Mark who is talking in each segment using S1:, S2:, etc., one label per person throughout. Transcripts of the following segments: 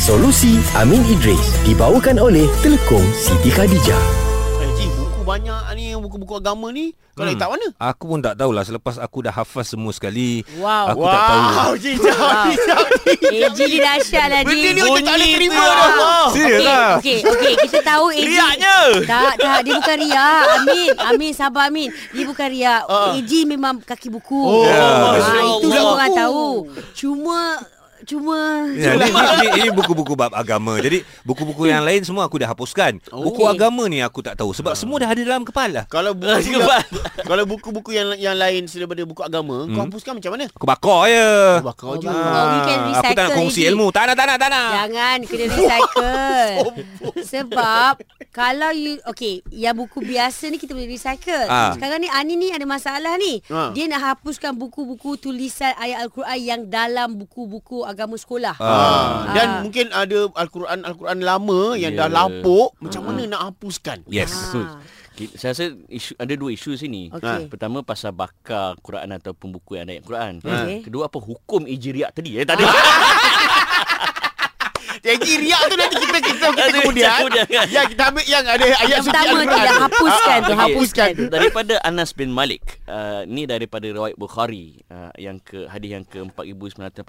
S1: Solusi Amin Idris dibawakan oleh Telekom Siti Khadijah.
S2: Eh, Ji, buku banyak ni, buku-buku agama ni. Kau hmm.
S3: Hmm.
S2: letak mana?
S3: Aku pun tak tahulah selepas aku dah hafaz semua sekali.
S4: Wow.
S3: Aku tak tahu.
S2: Ji, jauh, Ji, jauh.
S4: AG ni dahsyat lah
S2: Benda ni
S4: Ji
S2: macam tak boleh terima
S4: Ah.
S2: dah.
S3: Serius lah.
S4: Okey, okey, okay. kita tahu AG
S2: Riaknya.
S4: Tak, tak, dia bukan riak Amin, Amin, sabar Amin Dia bukan riak uh. AG memang kaki buku
S2: Ah. Oh,
S3: Ya.
S4: Ah,
S2: Masya
S4: Itu
S2: Allah.
S4: semua orang tahu Cuma Cuma
S3: Ya, ini, ini, ini, ini buku-buku bab agama. Jadi buku-buku yang lain semua aku dah hapuskan. Buku
S4: Okey.
S3: agama ni aku tak tahu sebab semua dah ada dalam kepala.
S2: Kalau buku yang, kalau buku-buku yang yang lain daripada buku agama, hmm. kau hapuskan macam mana?
S3: Aku bakar je.
S2: Bakar je.
S4: bakar. Oh, we can
S3: Ah, aku tak nak
S4: recycle, Ya.
S3: kongsi
S4: Eji.
S3: ilmu. Tak nak, tak nak, tak nak.
S4: Jangan kena recycle. Sebab kalau you okay, yang buku biasa ni kita boleh recycle.
S3: Ah.
S4: Sekarang ni Ani ni ada masalah ni.
S2: Ah.
S4: Dia nak hapuskan buku-buku tulisan ayat al-Quran yang dalam buku-buku agama sekolah.
S2: Ah. Dan
S4: Ah.
S2: mungkin ada Al-Quran Al-Quran lama yang yeah. dah
S5: Ya.
S2: lapuk, macam mana nak hapuskan?
S3: Yes.
S4: Ah.
S5: Betul. Ki- Saya rasa isu, ada dua isu sini. Ha.
S4: Okey.
S5: Pertama pasal bakar Quran ataupun buku yang ada ayat Quran. Ha.
S4: Okey. Ah,
S5: Kedua apa hukum ijriak tadi? Eh tadi.
S2: Jadi riak tu nanti kita kita kita
S5: Nanti
S2: kemudian.
S5: kemudian.
S2: yang kita ambil yang ada ayat
S4: Yang
S2: suci
S4: pertama tu
S2: Al-Quran.
S4: dah hapuskan tu,
S2: Ah, ah, hapuskan. tu.
S5: daripada Anas bin Malik. Uh, ni daripada riwayat Bukhari uh, yang ke hadis yang ke 4987.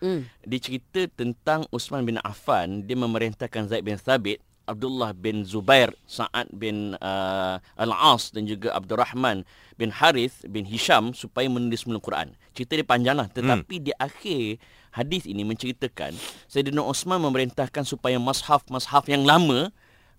S4: Hmm.
S5: Dia cerita tentang Usman bin Affan, dia memerintahkan Zaid bin Thabit Abdullah bin Zubair, Sa'ad bin uh, Al-As dan juga Abdul Rahman bin Harith bin Hisham supaya menulis semula Quran. Cerita dia panjang lah. Tetapi di akhir hadis ini menceritakan Sayyidina Osman memerintahkan supaya mashaf-mashaf yang lama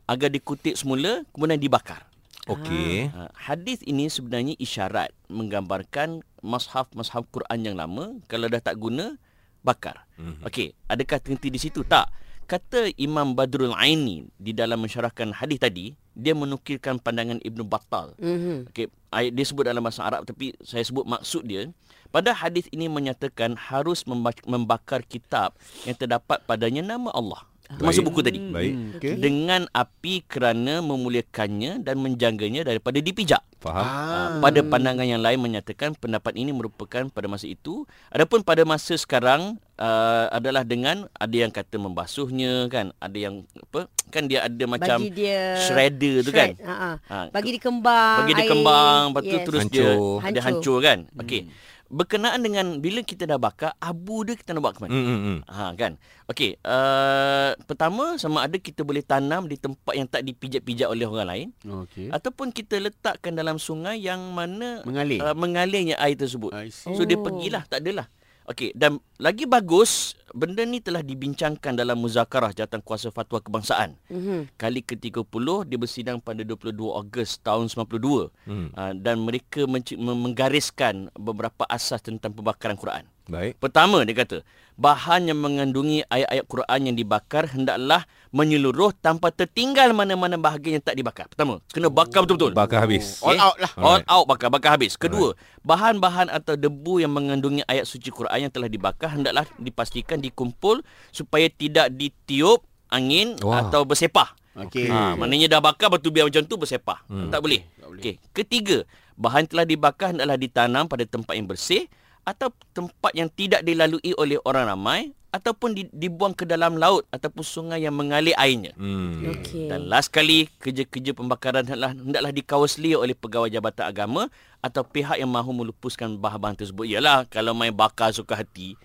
S5: agar dikutip semula kemudian dibakar.
S3: Okey.
S5: Ha, hadis ini sebenarnya isyarat menggambarkan mushaf-mushaf Quran yang lama kalau dah tak guna bakar. Mm-hmm. Okey, adakah terhenti di situ? Tak. Kata Imam Badrul Aini di dalam mensyarahkan hadis tadi, dia menukilkan pandangan Ibn Battal.
S4: Mhm.
S5: Okey, ayat dia sebut dalam bahasa Arab tapi saya sebut maksud dia. Pada hadis ini menyatakan harus memba- membakar kitab yang terdapat padanya nama Allah. Termasuk
S3: Baik.
S5: buku tadi
S3: Baik.
S2: Hmm, Okey.
S5: dengan api kerana memuliakannya dan menjangganya daripada dipijak.
S3: Faham?
S4: Hmm.
S5: Ah. Pada pandangan yang lain menyatakan pendapat ini merupakan pada masa itu. Adapun pada masa sekarang uh, adalah dengan ada yang kata membasuhnya kan, ada yang apa kan dia ada macam
S4: Bagi dia
S5: shredder tu
S4: shred,
S5: kan.
S4: Ha, ha.
S5: Ha,
S4: Bagi dia kembang.
S5: bagi dia
S4: air.
S5: kembang lepas tu yes. terus
S3: Hancur. Hmm.
S5: dia dia
S4: Hancur.
S5: hancur kan. Okey. Berkenaan dengan bila kita dah bakar abu dia kita nak buat ke mana?
S3: Hmm, hmm, hmm.
S5: Ha kan. Okey, uh, pertama sama ada kita boleh tanam di tempat yang tak dipijak-pijak oleh orang lain
S2: Okey.
S5: ataupun kita letakkan dalam sungai yang mana
S2: Mengalir.
S5: uh, mengalirnya air tersebut.
S2: I see.
S5: So dia
S4: Oh.
S5: pergilah, tak adalah. Okey, dan lagi bagus benda ni telah dibincangkan dalam muzakarah Jawatankuasa Fatwa Kebangsaan.
S4: Mhm.
S5: Kali ke-30 dia bersidang pada 22 Ogos tahun 92
S3: Hmm.
S5: uh, dan mereka menci- me- menggariskan beberapa asas tentang pembakaran Quran.
S3: Baik.
S5: Pertama dia kata, bahan yang mengandungi ayat-ayat Quran yang dibakar hendaklah menyeluruh tanpa tertinggal mana-mana bahagian yang tak dibakar. Pertama, kena bakar betul-betul. Eh?
S3: Bakar habis.
S5: All
S2: All out lah.
S5: All out bakar, bakar habis. Kedua, bahan-bahan atau debu yang mengandungi ayat suci Quran yang telah dibakar hendaklah dipastikan dikumpul supaya tidak ditiup angin
S3: Wah.
S5: atau bersepah.
S2: Okey.
S5: Ha, maknanya dah bakar batu biar macam tu bersepah. Hmm. Tak boleh. Okey. Ketiga, bahan telah dibakar hendaklah ditanam pada tempat yang bersih atau tempat yang tidak dilalui oleh orang ramai ataupun di, dibuang ke dalam laut ataupun sungai yang mengalir airnya.
S3: Hmm.
S4: Okey.
S5: Dan last kali, kerja-kerja pembakaran hendaklah, hendaklah dikawasli oleh pegawai Jabatan Agama atau pihak yang mahu melupuskan bahan-bahan tersebut. Yalah, kalau main bakar suka hati,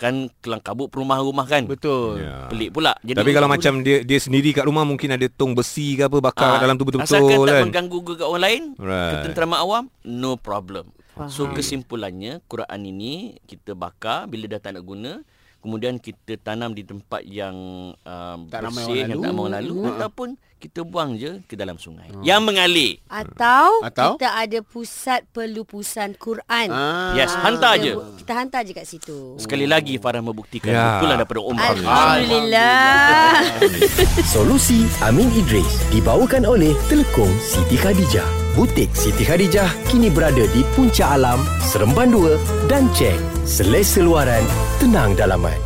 S5: kan kelang kabut perumah-rumah kan?
S2: Betul.
S3: Ya.
S5: Pelik pula. Jadi
S3: Tapi kalau macam dia dia sendiri kat rumah mungkin ada tong besi ke apa bakar
S5: Ah,
S3: kat dalam tu betul-betul
S5: Asalkan tak
S3: kan.
S5: mengganggu ke kat orang lain
S3: Right.
S5: Ketenteraman awam No problem
S4: Faham.
S5: So kesimpulannya Quran ini Kita bakar Bila dah tak nak guna Kemudian kita tanam di tempat yang um,
S2: Tak ramai orang lalu. Hmm.
S5: bersih, yang tak ramai orang lalu ataupun kita buang je ke dalam sungai
S3: Hmm.
S5: yang mengalir.
S4: Atau,
S2: Atau?
S4: kita ada pusat pelupusan Quran.
S2: Ah.
S5: Yes, hantar
S4: kita,
S5: je.
S4: Kita hantar je kat situ.
S5: Sekali lagi Farah membuktikan
S3: Ya.
S5: itulah daripada Umar.
S4: Alhamdulillah.
S1: Solusi Amin Idris dibawakan oleh Telekom Siti Khadijah. Butik Siti Khadijah kini berada di Puncak Alam, Seremban 2 dan Cheng. Selesa luaran, tenang dalaman.